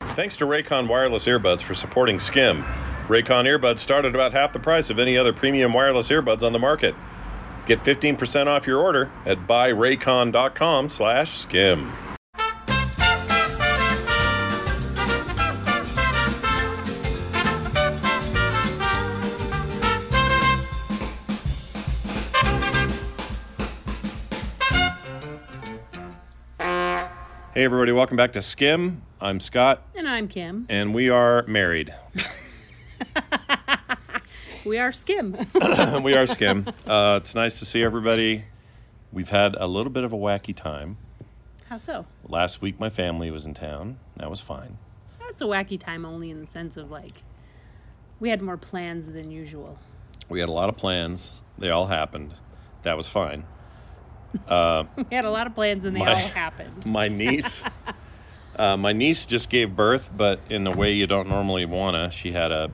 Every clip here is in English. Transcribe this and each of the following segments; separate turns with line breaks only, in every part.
Thanks to Raycon Wireless Earbuds for supporting Skim. Raycon earbuds start at about half the price of any other premium wireless earbuds on the market. Get 15% off your order at buyraycon.com slash skim. Hey everybody, welcome back to Skim. I'm Scott,
And I'm Kim.
and we are married.
We are Skim.
we are Skim. Uh, it's nice to see everybody. We've had a little bit of a wacky time.
How so?
Last week, my family was in town. That was fine.
That's a wacky time only in the sense of like we had more plans than usual.
We had a lot of plans. They all happened. That was fine.
We had a lot of plans and they
My-
all happened.
My niece, uh, my niece just gave birth, but in a way you don't normally wanna. She had a,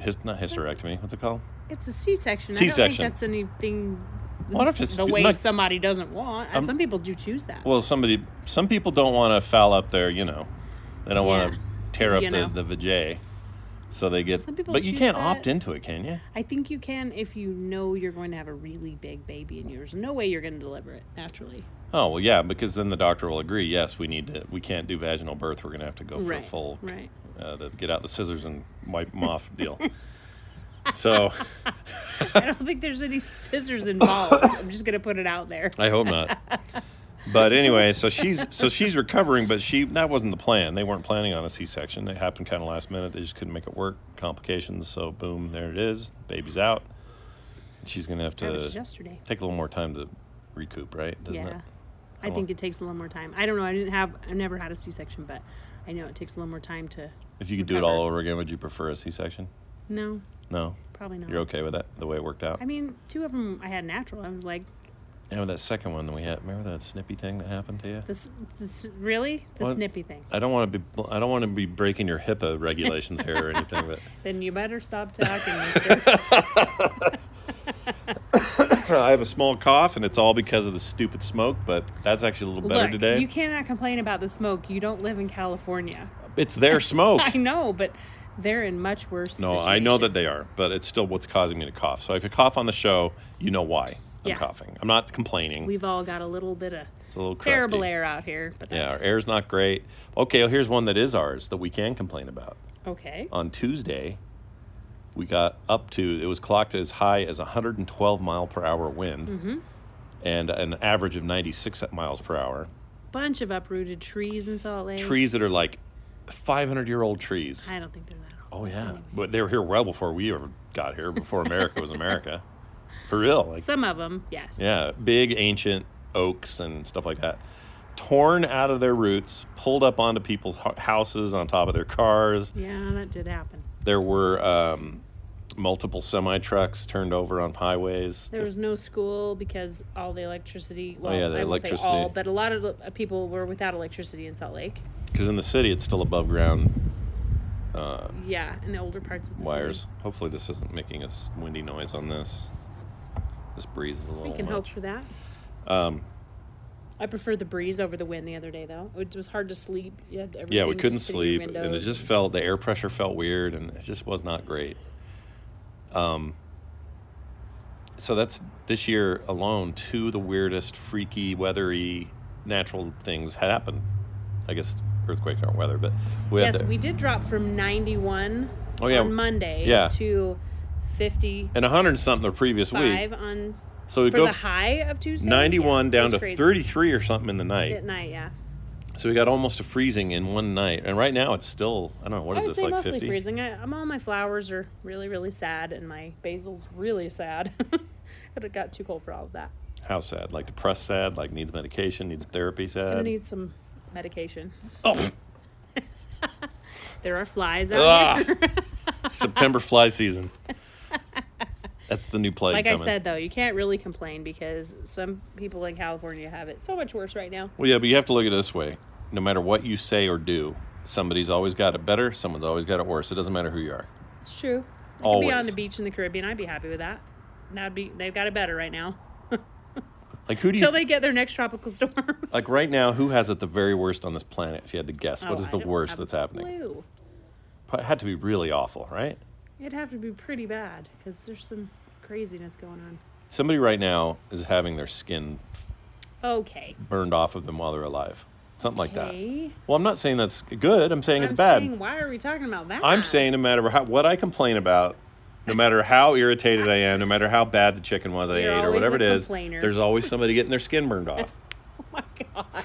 hys- not hysterectomy. What's it called?
It's a C-section. I don't think
C-section.
that's anything
What if it's
the
d-
way
not-
somebody doesn't want. Some people do choose that.
Well, somebody, some people don't want to foul up their, you know, they don't want
Yeah.
to tear up
You know.
the the vajay, so they get.
Some people
but you
choose
can't
that.
opt into it, can you?
I think you can if you know you're going to have a really big baby and there's no way you're going to deliver it naturally.
Oh well, yeah, because then the doctor will agree. Yes, we need to. We can't do vaginal birth. We're gonna have to go for
right.
a full,
Right.
uh, the get out the scissors and wipe them off deal. So
I don't think there's any scissors involved. I'm just going to put it out there.
I hope not. But anyway, so she's so she's recovering, but she that wasn't the plan. They weren't planning on a C-section. It happened kind of last minute. They just couldn't make it work. Complications. So boom, there it is. Baby's out. She's gonna have
That was
to
yesterday.
take a little more time to recoup, right? Doesn't
yeah.
it?
I think it takes a little more time. I don't know. I didn't have, I never had a C section, but I know it takes a little more time to.
If you could do it all
recover.
over again, would you prefer a C-section?
No,
No.
probably not.
You're okay with that? The way it worked out?
I mean, two of them I had natural. I was like,
Yeah, with that second one that we had. Remember that snippy thing that happened to you?
this, this really? The
What?
snippy thing.
I don't want to be. I don't want to be breaking your HIPAA regulations here or anything. But
Then you better stop talking, mister.
I have a small cough, and it's all because of the stupid smoke. But that's actually a little better
Look,
today.
You cannot complain about the smoke. You don't live in California.
It's their smoke.
I know, but they're in much worse.
no, I know that
situation.
they are, but it's still what's causing me to cough. So if you cough on the show, you know why I'm
Yeah.
coughing. I'm not complaining.
We've all got a little bit of
it's a little crusty.
terrible air out here, but
Yeah, our
that's
air's not great. Okay, well, here's one that is ours that we can complain about.
okay.
on Tuesday, we got up to it was clocked as high as 112 mile per hour wind,
Mm-hmm.
and an average of 96 miles per hour.
Bunch of uprooted trees in Salt Lake.
Trees that are like 500 year old trees.
I don't think they're that
Oh
old.
yeah, but they were here well before we ever got here. Before America was America, for real. Like
Some of them, yes.
yeah, big ancient oaks and stuff like that. Torn out of their roots, pulled up onto people's hou- houses, on top of their cars.
Yeah, that did happen.
There were um, multiple semi trucks turned over on highways.
There was no school because all the electricity. Well,
Oh, yeah, the
I won't say
electricity.
all, but a lot of the- uh, people were without electricity in Salt Lake.
Because in the city, it's still above ground
Yeah, in the older parts of the
wires.
city.
Hopefully, this isn't making a s- windy noise on this. This breeze is a little
We can hope
Oh, much.
for that. Um, I prefer the breeze over the wind the other day, though. It was hard to sleep. You had
Yeah, we
everything
couldn't
just sitting in
sleep,
your
and it
windows.
just felt the air pressure felt weird, and it just was not great. Um, so that's this year alone. Two of the weirdest, freaky, weathery, natural things had happened. I guess earthquakes aren't weather, but we had
Yes,
the-
we did drop from 91
Oh, yeah.
on Monday
Yeah.
to 55
and a hundred and something the previous week.
on
So we
for
go
the high of Tuesday.
ninety-one
Yeah,
down
it's
to
crazy.
thirty-three or something in the night.
at night. Yeah.
So we got almost to freezing in one night, and right now it's still I don't know what is
I would
this
say
like
mostly
fifty?
freezing. I, I'm all my flowers are really, really sad, and my basil's really sad. but it got too cold for all of that.
How sad? Like depressed, sad. Like needs medication, needs therapy,
I'm gonna
sad.
need some medication.
oh,
There are flies out
ah,
here.
September fly season. That's the new plague.
Like I
coming.
said, though, you can't really complain because some people in California have it so much worse right now.
Well, yeah, but you have to look at it this way. No matter what you say or do, somebody's always got it better. Someone's always got it worse. It doesn't matter who you are.
It's true. I could be on
Always.
the beach in the Caribbean. I'd be happy with that. That'd be. They've got it better right now.
Like who do you
Until they get their next tropical storm.
like right now? Who has it the very worst on this planet? If you had to guess, what
Oh,
is
I
the
don't
worst
have
that's
a
happening?
clue.
Probably had to be really awful, right?
It'd have to be pretty bad because there's some craziness going on.
Somebody right now is having their skin
Okay.
burned off of them while they're alive, something like
Okay.
that. Well, I'm not saying that's good. I'm saying it's
I'm
bad.
saying, why are we talking about that?
I'm saying no matter how, what I complain about, no matter how irritated I am, no matter how bad the chicken was I
You're
ate or
always
whatever
a
it is,
complainer.
there's always somebody getting their skin burned off.
Oh my gosh.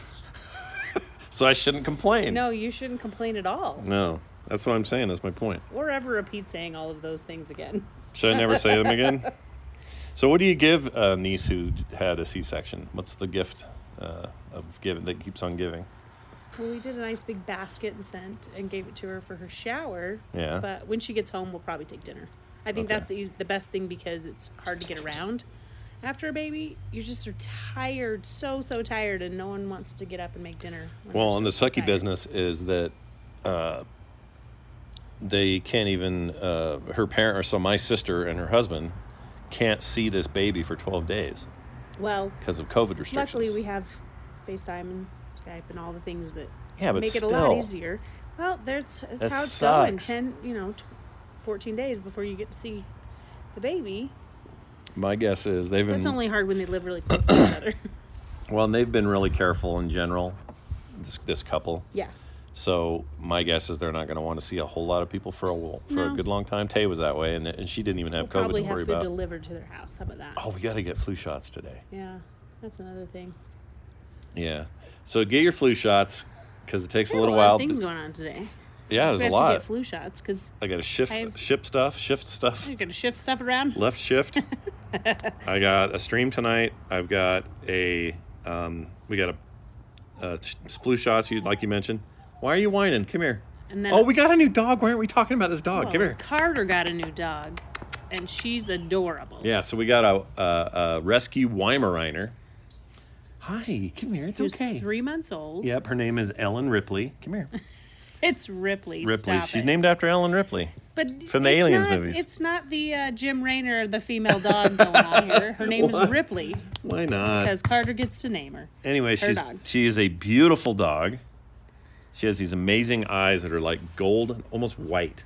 So I shouldn't complain.
No, you shouldn't complain at all.
No, that's what I'm saying. That's my point.
Or ever repeat saying all of those things again.
Should I never say them again? So, what do you give a niece who had a C-section? What's the gift uh, of giving that keeps on giving?
Well, we did a nice big basket and sent and gave it to her for her shower.
Yeah.
But when she gets home, we'll probably take dinner. I think
Okay.
that's the, eas- the best thing because it's hard to get around. After a baby, you just are tired, so so tired, and no one wants to get up and make dinner. when
Well,
they're
and the
so
sucky
tired.
business is that uh, they can't even uh, her parent or so my sister and her husband can't see this baby for 12 days
Well,
because of COVID restrictions.
luckily we have FaceTime and Skype and all the things that
Yeah, but
make it a
still.
lot easier. Well, that's, that's
That
how it's
sucks.
going. Ten, you know, t- fourteen days before you get to see the baby.
my guess is they've been
That's only hard when they live really close to each other.
well, and they've been really careful in general. This this couple.
Yeah.
So my guess is they're not going to want to see a whole lot of people for a wh- for a
No.
good long time. Tay was that way, and, and she didn't even have
We'll
COVID
probably
to
have
worry
food
about.
delivered to their house. How about that?
oh, we got to get flu shots today.
Yeah. That's another thing.
Yeah. So get your flu shots because it takes a
There's
little
lot of
while.
things
but-
going on today.
yeah, there's
We
a
have
lot.
to get flu shots because
I got to shift
I've-
ship stuff, shift stuff,
you're going to shift stuff around.
left shift. I got a stream tonight. I've got a um, we got a, uh splue shots. You like you mentioned. Why are you whining? Come here.
And then-
oh, we got a new dog. Why aren't we talking about this dog?
Well,
Come here.
Carter got a new dog, and she's adorable.
Yeah, so we got a, a, a rescue Weimaraner. Hi, come here. It's
She's
okay.
three months old.
Yep, her name is Ellen Ripley. Come here,
It's Ripley.
Ripley.
Stop
She's
it.
named after Ellen Ripley.
but
from the
it's
Aliens
not-
movies.
It's not the uh, Jim Raynor, the female dog going on here. Her name is
What?
Ripley
Why not?
because Carter gets to name her.
Anyway,
Her
she's
dog.
she is a beautiful dog. She has these amazing eyes that are like gold and almost white.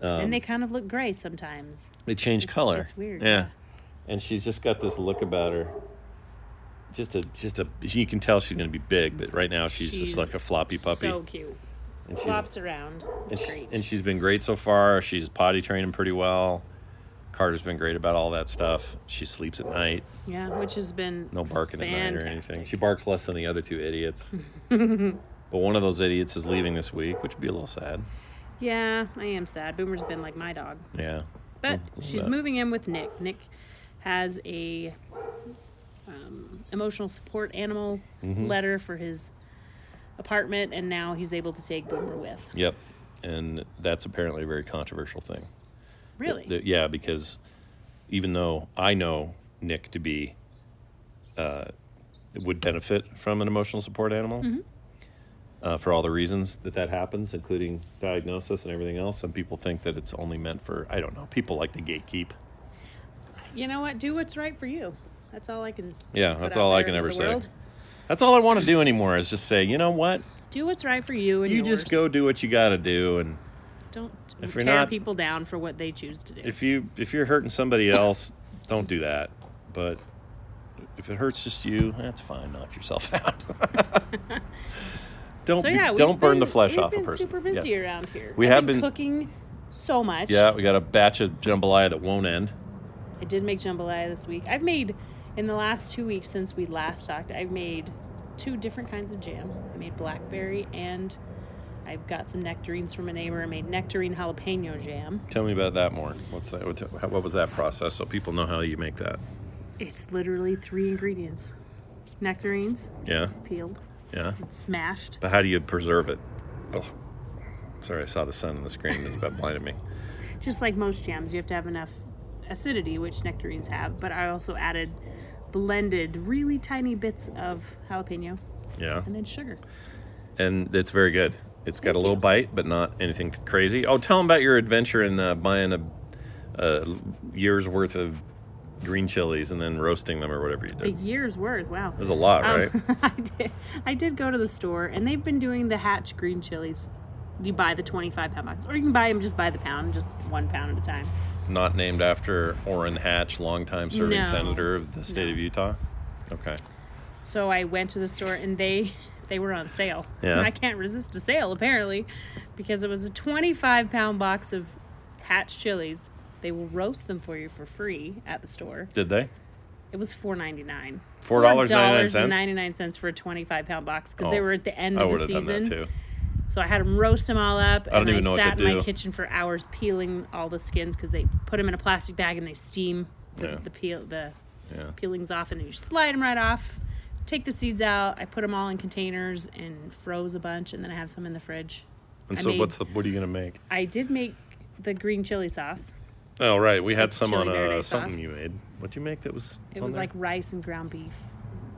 Um,
and they kind of look gray sometimes.
They change
It's-
color.
it's weird,
Yeah.
yeah.
And she's just got this look about her. Just a just a you can tell she's going to be big, but right now she's, just
She's
like a floppy puppy.
So cute.
and she's-
Flops around.
and,
It's
she-
great.
and she's been great so far. She's potty training pretty well. Carter's been great about all that stuff. She sleeps at night.
Yeah, which has been
No barking at night or anything.
fantastic.
She barks less than the other two idiots. but one of those idiots is leaving this week, which would be a little sad.
Yeah, I am sad. Boomer's been like my dog,
Yeah.
but
Mm,
she's
that.
moving in with Nick. Nick has a um, emotional support animal
Mm-hmm.
letter for his apartment, and now he's able to take Boomer with.
Yep. And that's apparently a very controversial thing.
Really,
That- yeah, because even though I know Nick to be uh, would benefit from an emotional support animal
Mm-hmm.
uh, for all the reasons that that happens, including diagnosis and everything else, some people think that it's only meant for I don't know people like to gatekeep.
you know what? Do what's right for you. That's all I can.
Yeah,
put
that's
out
all I
there
can
into
ever
the
say.
world.
That's all I want to do anymore is just say, you know what,
Do what's right for you, and
you just
yours.
go do what you got to do, and
Don't
If you're
tear
not-
people down for what they choose to do.
if you if you're hurting somebody else, don't do that. But if it hurts just you, that's fine. Knock yourself out. don't
So
be-
yeah, we've
don't burn the
been-
flesh
we've
off a
been
person.
Super busy
Yes.
around here.
We
I've
have been-
cooking so much.
Yeah, we got a batch of jambalaya that won't end.
I did make jambalaya this week. I've made in the last two weeks since we last talked. I've made two different kinds of jam. I made blackberry and I've got some nectarines from a neighbor. I made nectarine jalapeno jam.
Tell me about that more. What's that? What, how- what was that process? So people know how you make that.
It's literally three ingredients: nectarines
Yeah,
peeled,
yeah.
smashed.
But how do you preserve it? Oh, sorry, I saw the sun on the screen. It's about blinded me.
Just like most jams, you have to have enough acidity, which nectarines have. But I also added blended really tiny bits of jalapeno
Yeah.
and then sugar.
and it's very good. It's got a little bite, but not anything crazy. Oh, tell them about your adventure in uh, buying a, a year's worth of green chilies and then roasting them or whatever you
A
did.
year's worth. Wow.
There's a lot, right?
Um, I did. I did go to the store, and they've been doing the Hatch green chilies. You buy the 25 pound box, or you can buy them just by the pound, just one pound at a time.
Not named after Orrin Hatch, longtime serving
No.
senator of the state of Utah. Okay.
So I went to the store, and they they were on sale.
Yeah.
And I can't resist a sale apparently, because it was a 25 pound box of Hatch chilies. They will roast them for you for free at the store.
Did they?
It was four ninety nine.
$4.99?
ninety nine cents for a twenty five pound box because they
Oh,
were at the end
I
of
would have
the
done
season.
that too.
So I had them roast them all up, and
I
I,
don't even know what
sat
to
in my
do.
kitchen for hours peeling all the skins because they put them in a plastic bag and they steam the,
Yeah.
the peel the
Yeah.
peelings off, and then you slide them right off. Take the seeds out. I put them all in containers and froze a bunch, and then I have some in the fridge.
And
I
so
made-
what's the what are you gonna make?
I did make the green chili sauce.
Oh right, we had
It's
some
chili
on uh,
verde sauce.
something you made. What'd you make that was?
It
on
was
there?
like rice and ground beef.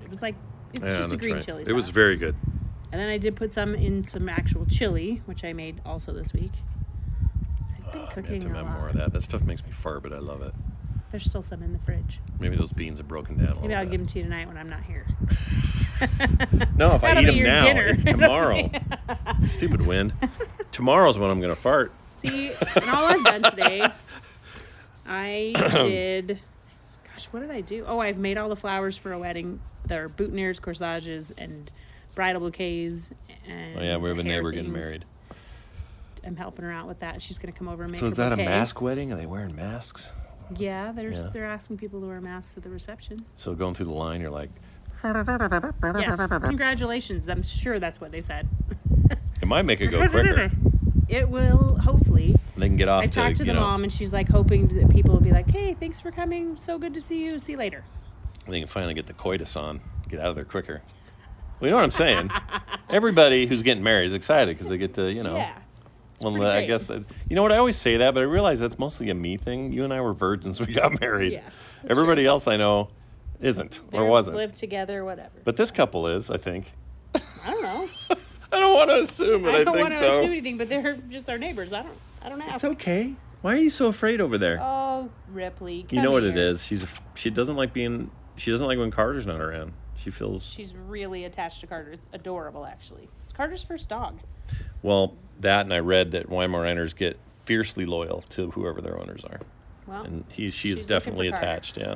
It was like it's
Yeah,
just a
that's
green
right.
chili.
It was
sauce.
very good.
And then I did put some in some actual chili, which I made also this week. I've been
Oh, I
cooking
have to
a
have
lot.
more of that. That stuff makes me fart, but I love it.
There's still some in the fridge.
Maybe those beans have broken down a little
Maybe I'll
bit.
give them to you tonight when I'm not here.
no, if I eat
That'll be
them
your
now,
dinner.
it's tomorrow. Stupid wind. Tomorrow's when I'm gonna fart.
See, and all I've done today, I did. Gosh, what did I do? Oh, I've made all the flowers for a wedding. There are boutonnieres, corsages, and bridal bouquets. And
Oh yeah, we have a
hair
neighbor getting
things.
married.
I'm helping her out with that. She's gonna come over and make.
So is
her
that a
bouquet.
mask wedding? Are they wearing masks?
Yeah, they're
Yeah.
they're asking people to wear masks at the reception.
So going through the line, you're like,
Yes, congratulations. I'm sure that's what they said.
it might make it go quicker.
It will hopefully.
They can get off
I talked to
you
the
know,
mom, and she's like hoping that people will be like, "Hey, thanks for coming. So good to see you. See you later."
they can finally get the coitus on, get out of there quicker. Well, you know what I'm saying? Everybody who's getting married is excited because they get to, you know.
Yeah.
Well,
pretty
I
great.
guess that, you know what I always say that, but I realize that's mostly a me thing. You and I were virgins when we got married.
Yeah, that's
Everybody else I know isn't or
They're
wasn't.
Live together, whatever.
But this couple is, I think.
I don't know.
I don't want to assume, but I,
I don't
think
want to
so.
assume anything, but they're just our neighbors. I don't. I don't ask.
It's okay. Why are you so afraid over there?
oh, Ripley.
you
come
know what it
here.
is. She's she doesn't like being she doesn't like when Carter's not around. She feels
She's really attached to Carter. It's adorable, actually. It's Carter's first dog.
well that, and I read that Weimaraners get fiercely loyal to whoever their owners are,
Well,
and he she's,
She's looking for
definitely
Carter.
attached. Yeah,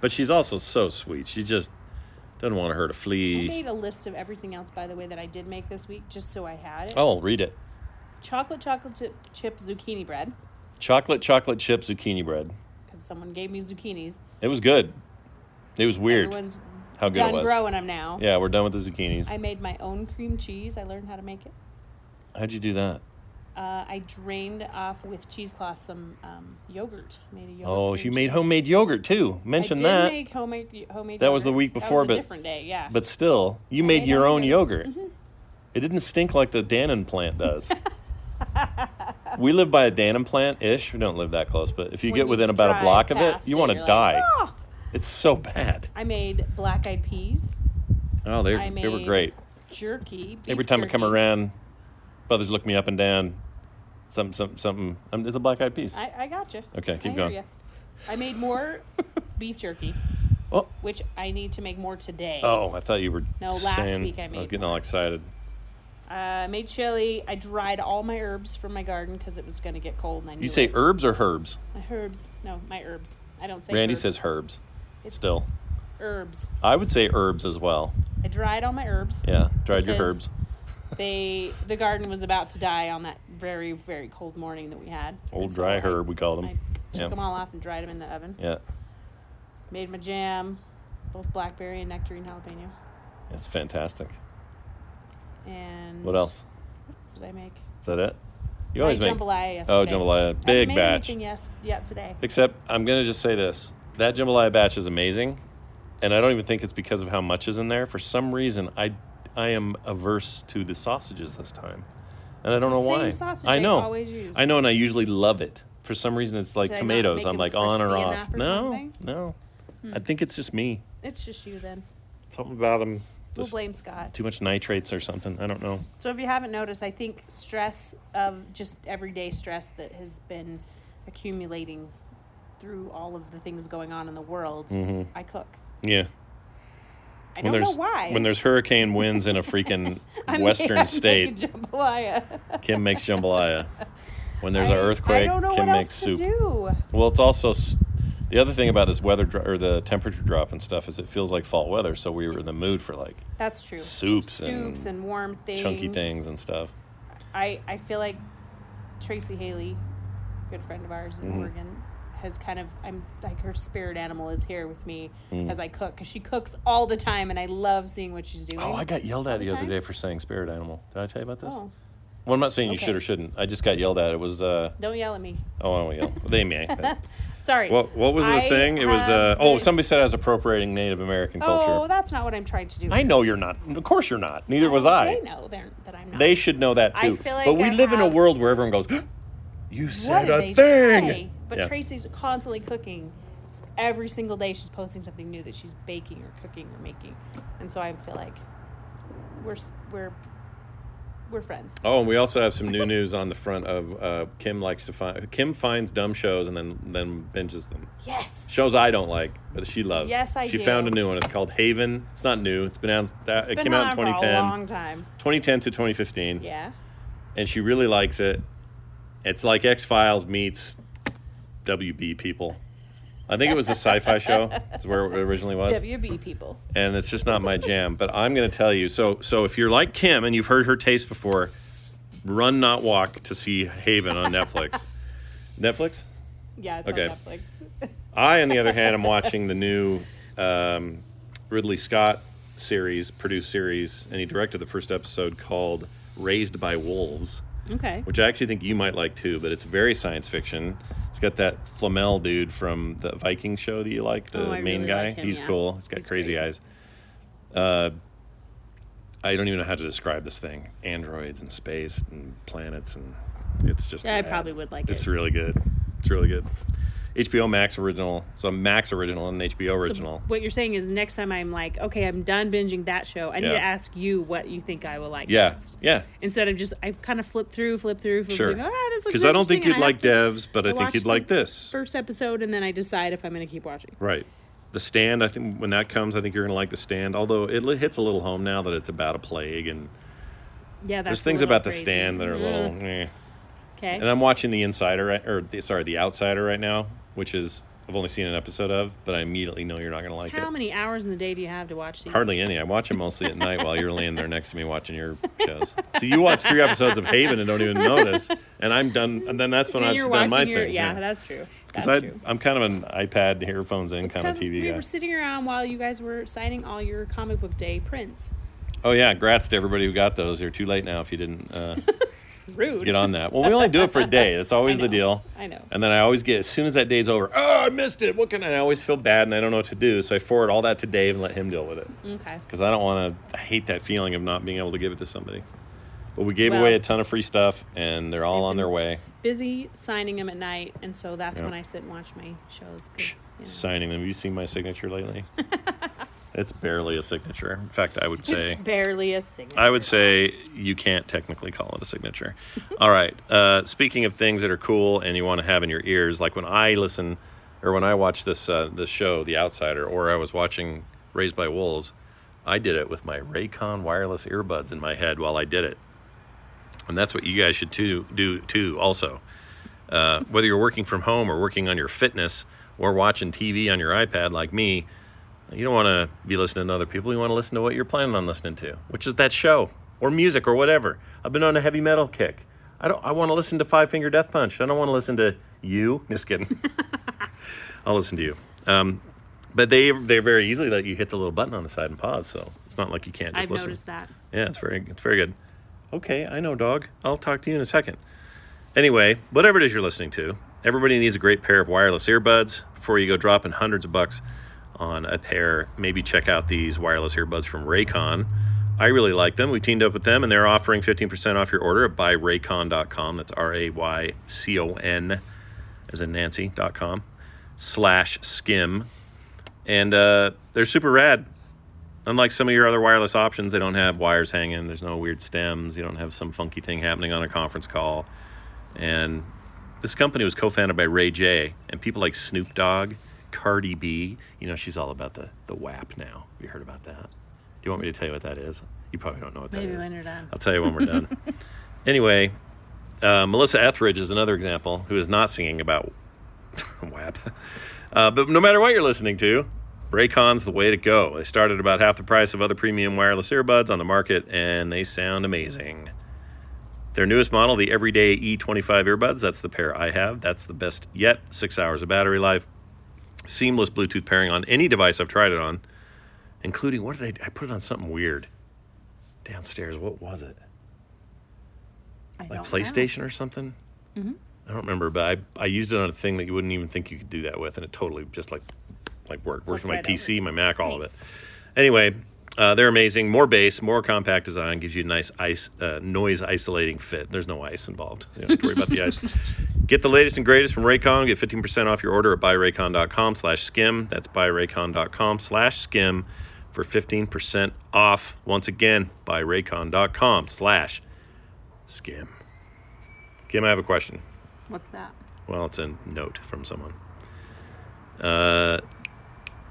but she's also so sweet. She just doesn't want her to
I
flee.
made a list of everything else, by the way, that I did make this week, just so I had it.
Oh, read it.
Chocolate, chocolate chip, chip zucchini bread,
Chocolate chocolate chip zucchini bread.
because someone gave me zucchinis.
It was good. It was weird.
Everyone's
How good it
done
was.
growing them now.
Yeah, we're done with the zucchinis.
I made my own cream cheese. I learned how to make it.
How'd you do that?
Uh, I drained off with cheesecloth some um, yogurt. Made a yogurt.
Oh,
cream
she made
cheese.
homemade yogurt too.
I
Mention
did
that.
make homemade homemade.
That was the
yogurt.
week
That was
before,
a
but-
different day, yeah.
But still, you made
made
your
my
own
own.
yogurt.
Mm-hmm.
It didn't stink like the Dannon plant does. we live by a Dannon plant ish. We don't live that close, but if you
When
get
you
within about a
drive
block of it,
past
you
it,
want to
you're like,
die.
"Ah."
It's so bad.
I made black eyed peas.
Oh, they,
I made
they were great.
Jerky. beef
Every time I come
jerky.
around, brothers look me up and down. Something, something, something. Um, it's a black eyed piece.
I, I got you.
Okay, keep
I hear
going.
ya. I made more beef jerky,
oh,
which I need to make more today.
oh, I thought you were
No, last
saying.
week I
I was
made
getting all excited.
Uh, I made chili. I dried all my herbs from my garden because it was going to get cold. And I knew
You say
it.
herbs or herbs?
My herbs. No, my herbs. I don't say.
Randy
herbs.
says herbs.
It's-
Still,
herbs.
I would say herbs as well.
I dried all my herbs.
Yeah, dried your
Because-
herbs.
They the garden was about to die on that very very cold morning that we had.
Old
And so
dry
I-
herb, we called
I
them.
took
Yeah.
them all off and dried them in the oven.
Yeah,
Made my jam, both blackberry and nectarine jalapeno.
it's fantastic.
And
What else?
What else did I make?
Is that it? You always
Mm. I
make.
jambalaya yesterday.
Oh, jambalaya,
I
big
made
batch.
anything yes, yeah, today.
Except I'm gonna just say this: that jambalaya batch is amazing, and I don't even think it's because of how much is in there. For some reason, I I am averse to the sausages this time, and I don't
the
know
same
why.
sausage
I
they
know.
always use.
I know, and I usually love it. For some reason, it's like
Did I not
tomatoes.
make
I'm
them
like on or
crispy
off.
enough or
no,
something? Hmm.
no. I think it's just me.
It's just you then.
Something about them.
We'll blame Scott.
too much nitrates or something. I don't know.
So if you haven't noticed, I think stress of just everyday stress that has been accumulating through all of the things going on in the world, I cook.
Yeah.
I
Mm-hmm. When
don't know
there's
why.
when there's hurricane winds in a freaking
I may-
western
I make a
state,
jambalaya.
Kim makes jambalaya. When there's an
I-
earthquake,
I don't know
Kim
what
makes soup.
else to do.
Well, it's also s- the other thing about this weather dro- or the temperature drop and stuff is it feels like fall weather, so we were in the mood for like
That's true.
Soups and
soups and, warm things.
chunky things and stuff.
I, I feel like Tracy Haley, good friend of ours
Mm-hmm.
in Oregon, has kind of I'm like her spirit animal is here with me
Mm-hmm.
as I cook because she cooks all the time and I love seeing what she's doing.
Oh, I got yelled at
the
the other
time?
day for saying spirit animal. Did I tell you about this?
Oh,
Well, I'm not saying you should
Okay.
or shouldn't. I just got yelled at. It was uh
don't yell at me.
oh, I won't yell. They may.
Sorry.
What what was the
I
thing? It was uh
have
oh,
been-
somebody said I was appropriating Native American culture.
Oh, that's not what I'm trying to do.
I know you're not. Of course you're not. Neither was I.
They know they're, that I'm not.
They should know that
I
too.
feel like
but we
I
live in a
have-
world where everyone goes, "You
what
said
do
a
they
thing."
say? But
Yeah.
Tracy's constantly cooking. Every single day, she's posting something new that she's baking or cooking or making, and so I feel like we're s- we're we're friends.
Oh, and we also have some new news on the front of uh, Kim likes to find Kim finds dumb shows and then then binges them.
Yes.
Shows I don't like, but she loves.
Yes, I
She
do.
found a new one. It's called Haven. It's not new. It's been out. that- it
Been
came out in
on for a
2010,
long time.
2010 to 2015,
Yeah.
and she really likes it. It's like X Files meets WB people. I think it was a sci-fi show. It's where it originally was
WB people.
and it's just not my jam. But I'm going to tell you. So, so if you're like Kim and you've heard her taste before, run not walk to see Haven on Netflix. Netflix.
Yeah, it's
Okay.
on Netflix.
I, on the other hand, am watching the new um, Ridley Scott series, produced series, and he directed the first episode called "Raised by Wolves."
okay.
which I actually think you might like too. But it's very science fiction. It's got that Flamel dude from the Viking show that you like, the
Oh, I
main
really
guy.
like him,
He's
yeah.
cool. He's got
He's
crazy
great.
eyes. Uh, I don't even know how to describe this thing. Androids and space and planets and it's just.
Yeah, I
rad.
probably would like
It's
it.
really good. It's really good. HBO Max original. So Max original and an HBO original.
what you're saying is next time I'm like, okay, I'm done binging that show. I need
Yeah.
to ask you what you think I will like.
yeah,
next.
yeah,
Instead of just I kind of flip through, flip through, flip
sure.
through. Ah, this looks
Because I don't think
interesting,
you'd
and I
like
have
Devs,
to-
but I,
I
think
watched
you'd like
the
this.
first episode and then I decide if I'm going to keep watching.
Right. The Stand, I think when that comes, I think you're going to like The Stand, although it li- hits a little home now that it's about a plague and
Yeah, that's
there's things
a little
about The
crazy. Mm-hmm.
Stand that are a little eh.
Okay.
And I'm watching The Insider right, or the, sorry, The Outsider right now, which is I've only seen an episode of, but I immediately know you're not going to like
How
it.
many hours in the day do you have to watch these?
Hardly any. I watch them mostly at night while you're laying there next to me watching your shows. See, you watch three episodes of Haven and don't even notice, and I'm done. And then that's when
Then
I've
you're
just
watching
done my
your,
thing.
Yeah, that's true. That's
because I,
true.
I'm kind of an iPad headphones in kind of
'Cause
TV
we
guy.
were sitting around while you guys were signing all your comic book day prints.
Oh yeah, grats to everybody who got those. You're too late now if you didn't uh,
Rude.
get on that. Well, we only do it for a day. That's always
I
the
know.
deal.
I know.
And then I always get as soon as that day's over. Oh, I missed it. What can I? I always feel bad and I don't know what to do. So I forward all that to Dave and let him deal with it
Okay.
because I don't want to. I hate that feeling of not being able to give it to somebody. But we gave
Well-
away a ton of free stuff, and they're all on their way.
Busy signing them at night, and so that's
Yeah.
when I sit and watch my shows. 'cause, you know,
Signing them. Have you seen my signature lately? it's barely a signature. In fact, I would say
it's barely a signature.
I would say you can't technically call it a signature. All right. Uh, speaking of things that are cool and you want to have in your ears, like when I listen or when I watch this uh, this show, The Outsider, or I was watching Raised by Wolves, I did it with my Raycon wireless earbuds in my head while I did it, and that's what you guys should too, do too. Also, uh, whether you're working from home or working on your fitness or watching TV on your iPad like me, you don't want to be listening to other people. You want to listen to what you're planning on listening to, which is that show or music or whatever. I've been on a heavy metal kick. I don't. I want to listen to Five Finger Death Punch. I don't want to listen to you. Just kidding. I'll listen to you. Um, but they they very easily let you hit the little button on the side and pause. So it's not like you can't just
I've
listen.
noticed that.
Yeah, it's very it's very good. Okay, I know, dog. I'll talk to you in a second. Anyway, whatever it is you're listening to, everybody needs a great pair of wireless earbuds before you go dropping hundreds of bucks on a pair. Maybe check out these wireless earbuds from Raycon. I really like them. We teamed up with them, and they're offering 15% off your order at buyraycon.com. That's R A Y C O N, as in Nancy dot com slash skim. And uh, they're super rad unlike some of your other wireless options, they don't have wires hanging. There's no weird stems. You don't have some funky thing happening on a conference call. And this company was co-founded by Ray J, and people like Snoop Dogg, Cardi B. You know, she's all about the the WAP now. Have you heard about that? Do you want me to tell you what that is? You probably don't know what that
Maybe
is.
when you're done.
I'll tell you when we're done. anyway, uh, Melissa Etheridge is another example who is not singing about WAP. Uh, but no matter what you're listening to, Raycon's the way to go. They started about half the price of other premium wireless earbuds on the market, and they sound amazing. Their newest model, the Everyday E25 earbuds, that's the pair I have. That's the best yet. Six hours of battery life, seamless Bluetooth pairing on any device I've tried it on, including what did I? I put it on something weird downstairs. What was it?
I
like
don't
PlayStation or something. I don't remember, but I, I used it on a thing that you wouldn't even think you could do that with, and it totally just like like worked. Works
Worked
with my
right
PC, my Mac, all of
Nice.
it. Anyway, uh, they're amazing. More bass, more compact design gives you a nice ice uh, noise isolating fit. There's no ice involved. You don't have to worry about the ice. Get the latest and greatest from Raycon. Get 15% off your order at buyraycon.com slash skim. That's buyraycon.com slash skim for 15% off. Once again, buyraycon.com slash skim. Kim, I have a question.
Know. What's that?
Well, it's a note from someone. Uh,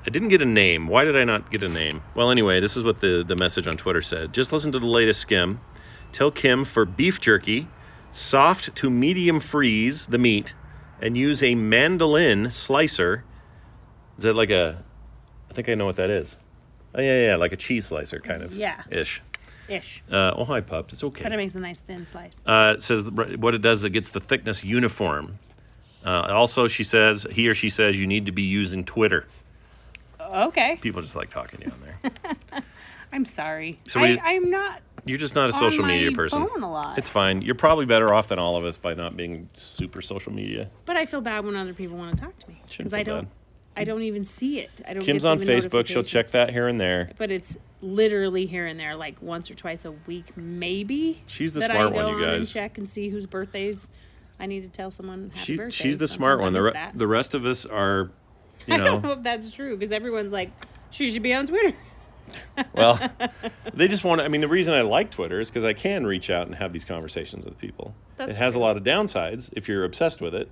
I didn't get a name. Why did I not get a name? Well, anyway, this is what the, the message on Twitter said. Just listen to the latest skim. Tell Kim for beef jerky, soft to medium freeze the meat, and use a mandolin slicer. Is that like a? I think I know what that is. Oh yeah, yeah, yeah, like a cheese slicer kind of.
Yeah.
Ish.
Ish.
Uh, oh hi, pup. It's okay.
But it makes a nice thin slice.
Uh, it says what it does, is it gets the thickness uniform. Uh, also, she says, he or she says, you need to be using Twitter.
Okay.
People just like talking to you on there.
I'm sorry.
So
I,
we-
I'm not.
You're just not a social
On
media
my
person.
phone a lot.
It's fine. You're probably better off than all of us by not being super social media.
But I feel bad when other people want to talk to me
Shouldn't
I
feel
don't.
bad.
I don't even see it. I don't.
Kim's
get
on
the
Facebook. She'll
notifications.
check that here and there.
But it's literally here and there, like once or twice a week, maybe.
She's the
that I
smart
go
one, you
on and
guys.
check and see whose birthdays I need to tell someone. Happy
She,
birthday.
she's the
Sometimes
smart
I
one. The,
miss
re-
that.
the rest of us are, you
I don't know
know,
if that's true because everyone's like, she should be on Twitter.
well, they just want. I mean, the reason I like Twitter is because I can reach out and have these conversations with people.
That's
it has a
true.
lot of downsides if you're obsessed with it.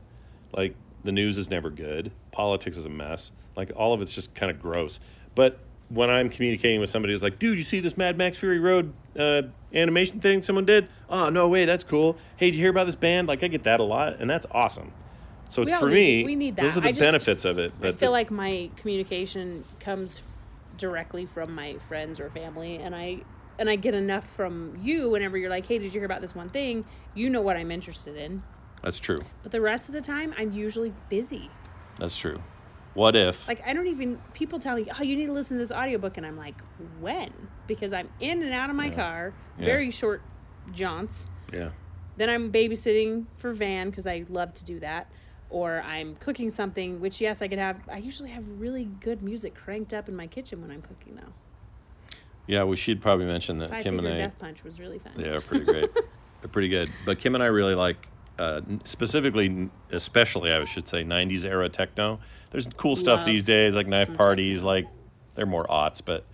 Like the news is never good. Politics is a mess. Like all of it's just kind of gross. But when I'm communicating with somebody who's like, "Dude, you see this Mad Max Fury Road uh, animation thing someone did? Oh no way, that's cool. Hey, did you hear about this band? Like I get that a lot, and that's awesome. So
We
for
all
me,
need- we need
those
that.
are the
I just-
benefits of it.
I
but
feel
the-
like my communication comes f- directly from my friends or family, and I and I get enough from you whenever you're like, "Hey, did you hear about this one thing?" You know what I'm interested in,
that's true.
but the rest of the time, I'm usually busy.
That's true. What if?
Like I don't even people tell me, "Oh, you need to listen to this audiobook," and I'm like, "When?" Because I'm in and out of my car,
Yeah.
very short jaunts.
yeah.
Then I'm babysitting for Van because I love to do that. Or I'm cooking something, which yes, I could have. I usually have really good music cranked up in my kitchen when I'm cooking, though.
Yeah, we should probably mention that
Five
Kim
Finger
and I.
Death Punch was really fun.
Yeah, they're pretty great. they're pretty good. But Kim and I really like, uh, n- specifically, especially, I should say, 90s era techno. There's cool stuff
Love
these days, like knife
some
parties, like they're more aughts, but,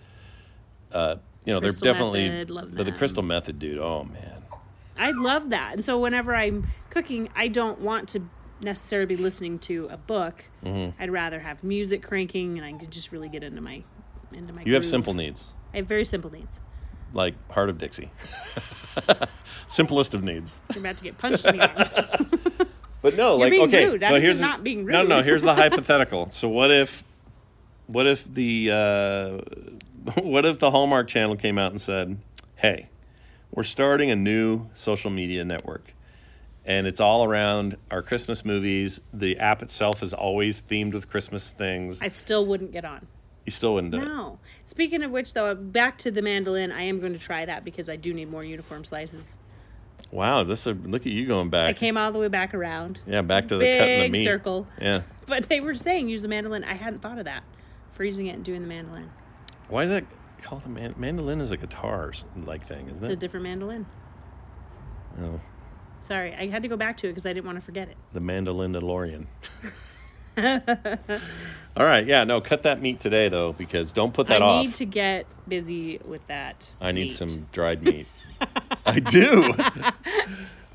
uh, you know,
Crystal
they're definitely.
Method, love
but the
them.
Crystal Method, dude, oh man.
I love that. And so whenever I'm cooking, I don't want to necessarily be listening to a book.
Mm-hmm.
I'd rather have music cranking, and I could just really get into my into my.
You have
groove.
simple needs,
I have very simple needs.
like Heart of Dixie. Simplest of needs.
You're about to get punched in the arm.
But no, like
being
okay,
rude.
no,
I'm just
here's
not being
No, no,
rude.
here's the hypothetical. So what if, what if the, uh, what if the Hallmark Channel came out and said, "Hey, we're starting a new social media network, and it's all around our Christmas movies. The app itself is always themed with Christmas things.
I still wouldn't get on.
you still wouldn't do it.
No. Speaking of which, though, back to the mandolin. I am going to try that because I do need more uniform slices.
Wow, this is, look at you going
I
back.
came all the way back around,
yeah, back to the cutting the
big
meat.
circle.
Yeah.
But they were saying use the mandolin. I hadn't thought of that. Freezing it and doing the mandolin.
Why is that called a man- mandolin? Is a guitar like thing, isn't
It's a
it?
different mandolin.
oh,
Sorry, I had to go back to it because I didn't want to forget it.
The mandolin DeLorean. All right, yeah, no, cut that meat today though, because don't put that
I
off.
need to get busy with that.
I need
meat.
some dried meat. I do.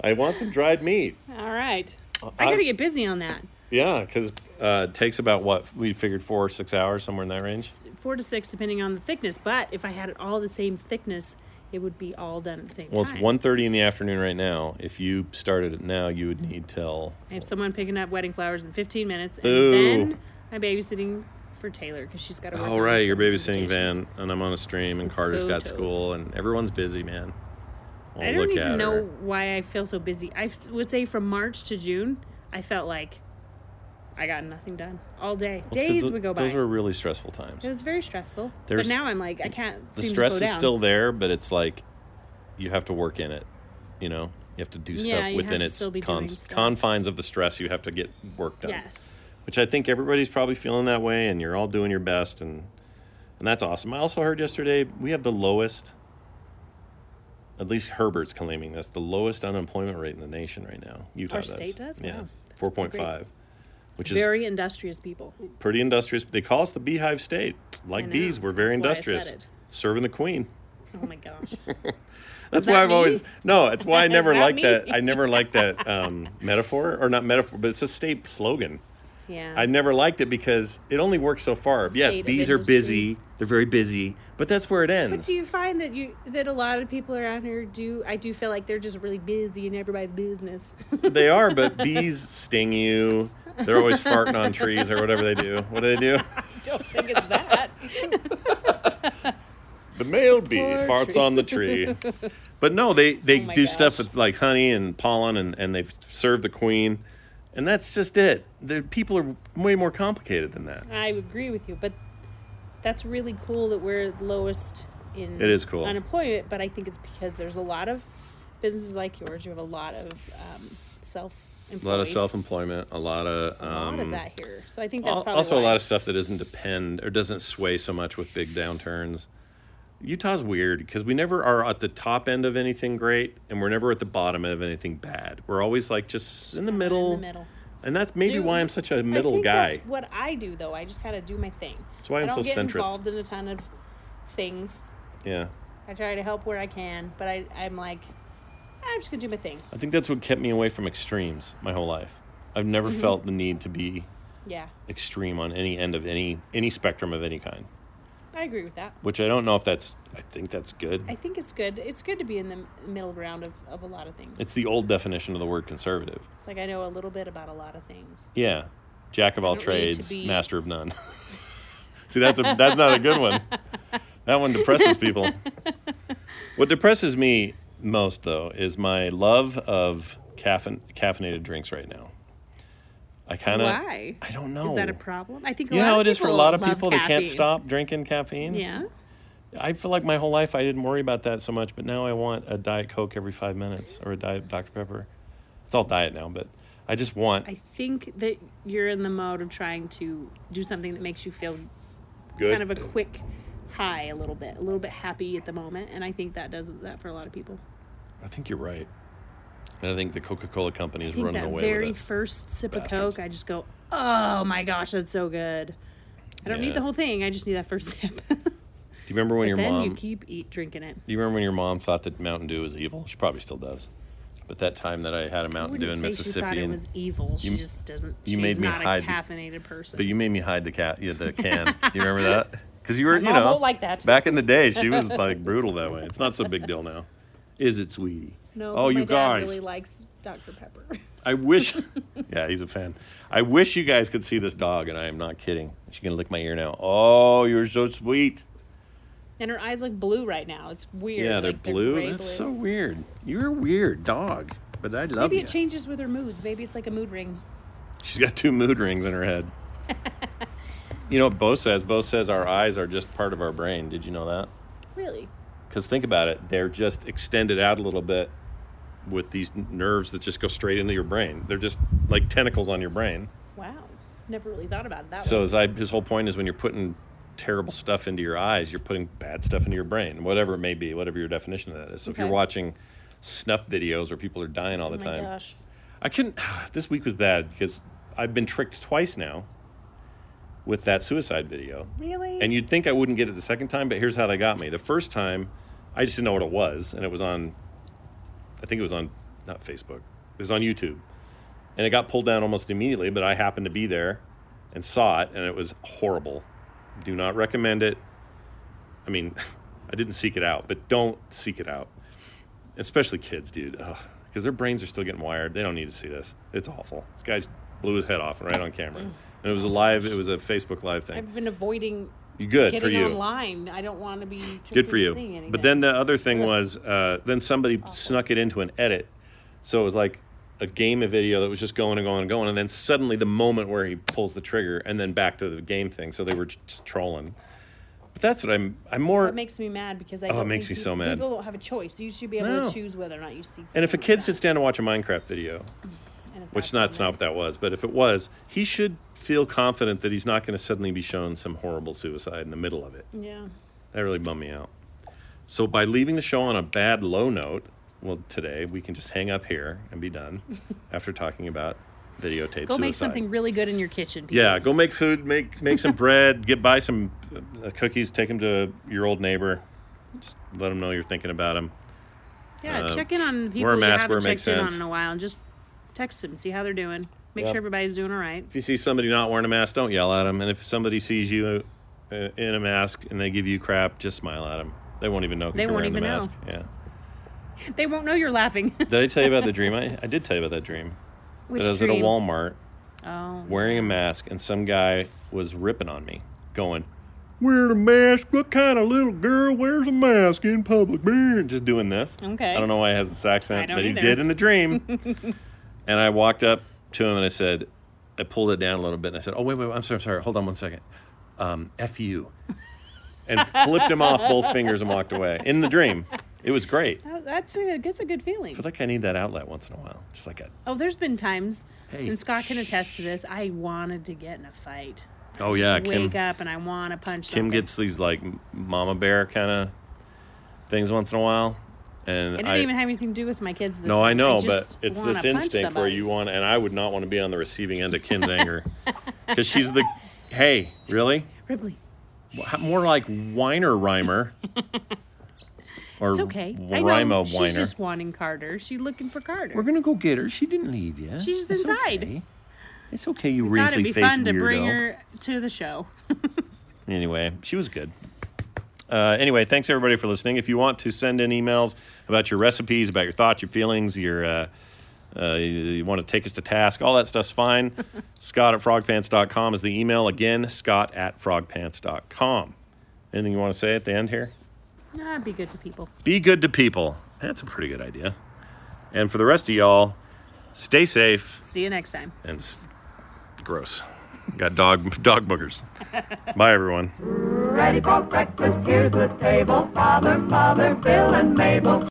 I want some dried meat.
All right.
Oh,
I gotta get busy on that.
Yeah, because uh, it takes about what we figured four or six hours, somewhere in that range.
It's four to six, depending on the thickness. But if I had it all the same thickness, it would be all done at the same
Well, it's
time.
one thirty in the afternoon right now. If you started it now, you would need till
I have someone picking up wedding flowers in 15 minutes, and
Boo.
then I'm babysitting for Taylor because she's got to.
Oh right, you're babysitting Van, and I'm on a stream, and
Some
Carter's got
photos.
school, and everyone's busy, man. Well,
I don't
Oh, look
even
at
know
her.
why I feel so busy. I f- would say from March to June, I felt like I got nothing done all day.
Well, it's 'cause
Days
th-
would go by.
Those were really stressful times.
it was very stressful. But
There's-
now I'm like, I can't.
the
seem
stress
to slow
is
down.
still there, but it's like you have to work in it. You know, you have to do
Yeah,
stuff
you have
within
to
its
still be doing
cons-
stuff.
confines of the stress. You have to get work done,
Yes.
which I think everybody's probably feeling that way, and you're all doing your best, and and that's awesome. I also heard yesterday we have the lowest. At least Herbert's claiming this the lowest unemployment rate in the nation right now. Utah
Our
does.
state does? Wow.
Yeah,
That's
four point five, which is
very industrious people.
pretty industrious. They call us the Beehive State.
I
Like
know.
bees, we're very
That's why I said
industrious.
it.
Serving the queen.
Oh my gosh.
That's
that
why I've
me?
always no. That's why I
Is
never
that
liked
me?
that. I never liked that um, metaphor or not metaphor, but it's a state slogan.
Yeah.
I never liked it because it only works so far. yes,
State of
bees are
industry.
busy. They're very busy, but that's where it
But
ends.
do you find that you that a lot of people around here do? I do feel like they're just really busy in everybody's business.
they are, but bees sting you. They're always farting on trees or whatever they do. What do they do?
Don't think it's that.
The male bee
Poor
farts
trees.
on the tree. But no, they, they
Oh my
do stuff
gosh.
with like honey and pollen and, and they serve the queen. And that's just it. The people are way more complicated than that.
I agree with you, but that's really cool that we're the lowest in
It is cool.
unemployment. But I think it's because there's a lot of businesses like yours. You have a lot of um, self
A lot of self employment, a lot of,
a lot
um,
of that here. So I think that's
al-
probably
also
why.
a lot of stuff that doesn't depend or doesn't sway so much with big downturns. Utah's weird because we never are at the top end of anything great and we're never at the bottom of anything bad. We're always like just in the middle.
in the middle.
And that's maybe
Do-
why I'm such a
I
middle
think
guy.
That's what I do though. I just kind of do my thing. That's
why I'm
I
so
don't get
centrist.
involved in a ton of things.
yeah.
I try to help where I can, but I, I'm like, I'm just gonna do my thing.
I think that's what kept me away from extremes my whole life. I've never
Mm-hmm.
felt the need to be
Yeah,
extreme on any end of any any spectrum of any kind,
I agree with that.
which I don't know if that's I think that's good.
I think it's good. It's good to be in the m- middle ground of, of a lot of things. It's,
it's the old definition of the word conservative.
like I know a little bit about a lot of things.
Yeah. Jack of all
don't need to
trades,
be-
master of none. See, that's a that's not a good one. That one depresses people. what depresses me most though is my love of caffein caffeinated drinks right now. I kind of
Why?
I don't know.
Is that a problem? I think a
You know
lot
how
of
it is for a
people
lot of
love
people that can't
caffeine.
stop drinking caffeine?
Yeah,
I feel like my whole life I didn't worry about that so much, but now I want a Diet Coke every five minutes or a Diet Dr. Pepper. It's all diet now, but I just want
I think that you're in the mode of trying to do something that makes you feel
good.
kind of a quick high, a little bit, a little bit happy at the moment, and I think that does that for a lot of people.
I think you're right. And I think the Coca Cola company is
I think
running
that
away
very
with it.
first sip of
Bastards.
Coke, I just go, oh my gosh, that's so good. I don't
Yeah.
need the whole thing. I just need that first sip.
Do you remember when your
then
mom?
you keep eat drinking it.
do you remember when your mom thought that Mountain Dew was evil? She probably still does. But that time that I had a
I
Mountain
wouldn't
Dew in
say she thought
Mississippi,
it
and,
was evil. She
you-
just doesn't.
you
she's
made me
not
hide
a
the-
caffeinated person.
but you made me hide the cat, yeah, the can. do you remember that? Because you were, you
mom
know,
won't like that.
Back in the day, she was like brutal that way. It's not so big deal now, is it, sweetie?
no,
Oh,
my
you
dad
guys.
really likes Dr Pepper.
I wish. yeah, he's a fan. I wish you guys could see this dog, and I am not kidding. She can lick my ear now. Oh, you're so sweet.
and her eyes look blue right now. It's weird.
Yeah, they're
like,
blue.
gray
That's so
blue.
weird. You're a weird dog, but I love
Maybe
you.
it changes with her moods. Maybe it's like a mood ring.
She's got two mood rings in her head. you know what Bo says? Bo says our eyes are just part of our brain. Did you know that?
Really?
Because think about it, they're just extended out a little bit with these n- nerves that just go straight into your brain. They're just like tentacles on your brain.
Wow. Never really thought about it that
So
way.
as I, his whole point is when you're putting terrible stuff into your eyes, you're putting bad stuff into your brain, whatever it may be, whatever your definition of that is. So if you're
Okay.
watching snuff videos where people are dying all the
Oh my
time,
gosh.
I couldn't. This week was bad because I've been tricked twice now with that suicide video.
Really?
And you'd think I wouldn't get it the second time, but here's how they got me. The first time, I just didn't know what it was, and it was on. I think it was on not Facebook. It was on YouTube, and it got pulled down almost immediately. But I happened to be there and saw it, and it was horrible. Do not recommend it. I mean, I didn't seek it out, but don't seek it out, especially kids, dude, because their brains are still getting wired. They don't need to see this. It's awful. This guy blew his head off right on camera, and it was a live. It was a Facebook live thing.
I've been avoiding
You good for
getting
you?
online. I don't want to be
good for
truthfully seeing
you.
anything. Oh.
But then the other thing was, uh, then somebody snuck it into an edit, so it was like a game of video that was just going and going and going, and then suddenly the moment where he pulls the trigger, and then back to the game thing. So they were just trolling. But that's what I'm. I'm more.
that makes me mad because I
Oh, it
don't
makes
think
me so
you-
mad.
People don't have a choice. You should be able
No.
to choose whether or not you see. Something
and if a
like
kid
that.
sits down to watch a Minecraft video,
And if
which
that's
that's
on
not what that was, but if it was, he should feel confident that he's not going to suddenly be shown some horrible suicide in the middle of it.
there- Yeah.
That really bummed me out. So by leaving the show on a bad low note, well, today we can just hang up here and be done after talking about videotape
Go make
suicide.
something really good in your kitchen. People.
Yeah, go make food, make make some bread, get buy some uh, cookies, take them to your old neighbor. Just let them know you're thinking about them.
Yeah,
Uh,
check in on people
wear a
you
mask
haven't
where it
checked
makes
in on
sense.
in a while, and just text them, see how they're doing, make
Yeah.
sure everybody's doing all right.
If you see somebody not wearing a mask, don't yell at them. And if somebody sees you uh, in a mask and they give you crap, just smile at them. They won't even know 'cause
They
you're wearing
won't
the
even know.
mask. Yeah.
They won't know you're laughing.
Did I tell you about the dream? I, I did tell you about that dream.
Which
that I was at a
dream?
Walmart
Oh,
wearing a mask, and some guy was ripping on me, going, Wearing a mask? What kind of little girl wears a mask in public? Brr," Just doing this.
Okay.
I don't know why he has this accent,
I don't
but he
either.
did in the dream. and I walked up to him and I said, I pulled it down a little bit and I said, Oh, wait, wait, I'm sorry, I'm sorry. Hold on one second. Um, F you. And flipped him off both fingers and walked away in the dream. It was great. I
That- Oh, that's a, that's a good feeling.
feel like I need that outlet once in a while. Just like a,
Oh, there's been times,
Hey.
and Scott can attest to this. I wanted to get in a fight. I
Oh,
just
yeah, Kim-
wake up and I want to punch.
Kim
something.
gets these like mama bear kind of things once in a while, and
It didn't
I
even have anything to do with my kids. This
no, I
time.
know, but
just
it's
wanna
this
punch
instinct where
somebody.
you want, and I would not want to be on the receiving end of Kim's anger because she's the hey, really
Ripley.
Wh- more like whiner rhymer or
It's okay. I know
rhymo
she's
whiner.
just wanting Carter. She's looking for Carter.
We're gonna go get her. She didn't leave yet.
She's just
It's
inside.
okay. It's okay, you
Thought it'd
wrinkly
be
faced
fun
weirdo.
to bring her to the show.
Anyway, she was good. Uh, anyway, thanks everybody for listening. If you want to send in emails about your recipes, about your thoughts, your feelings, your uh, uh, you, you want to take us to task, all that stuff's fine. Scott at frogpants.com is the email. Again, Scott at frogpants.com. Anything you want to say at the end here?
That'd be good to people.
Be good to people. That's a pretty good idea. And for the rest of y'all, stay safe
See you next time.
and s- gross. Got dog dog boogers. Bye everyone.
Ready for breakfast, here's the table. Father, Mother, Bill, and Mabel.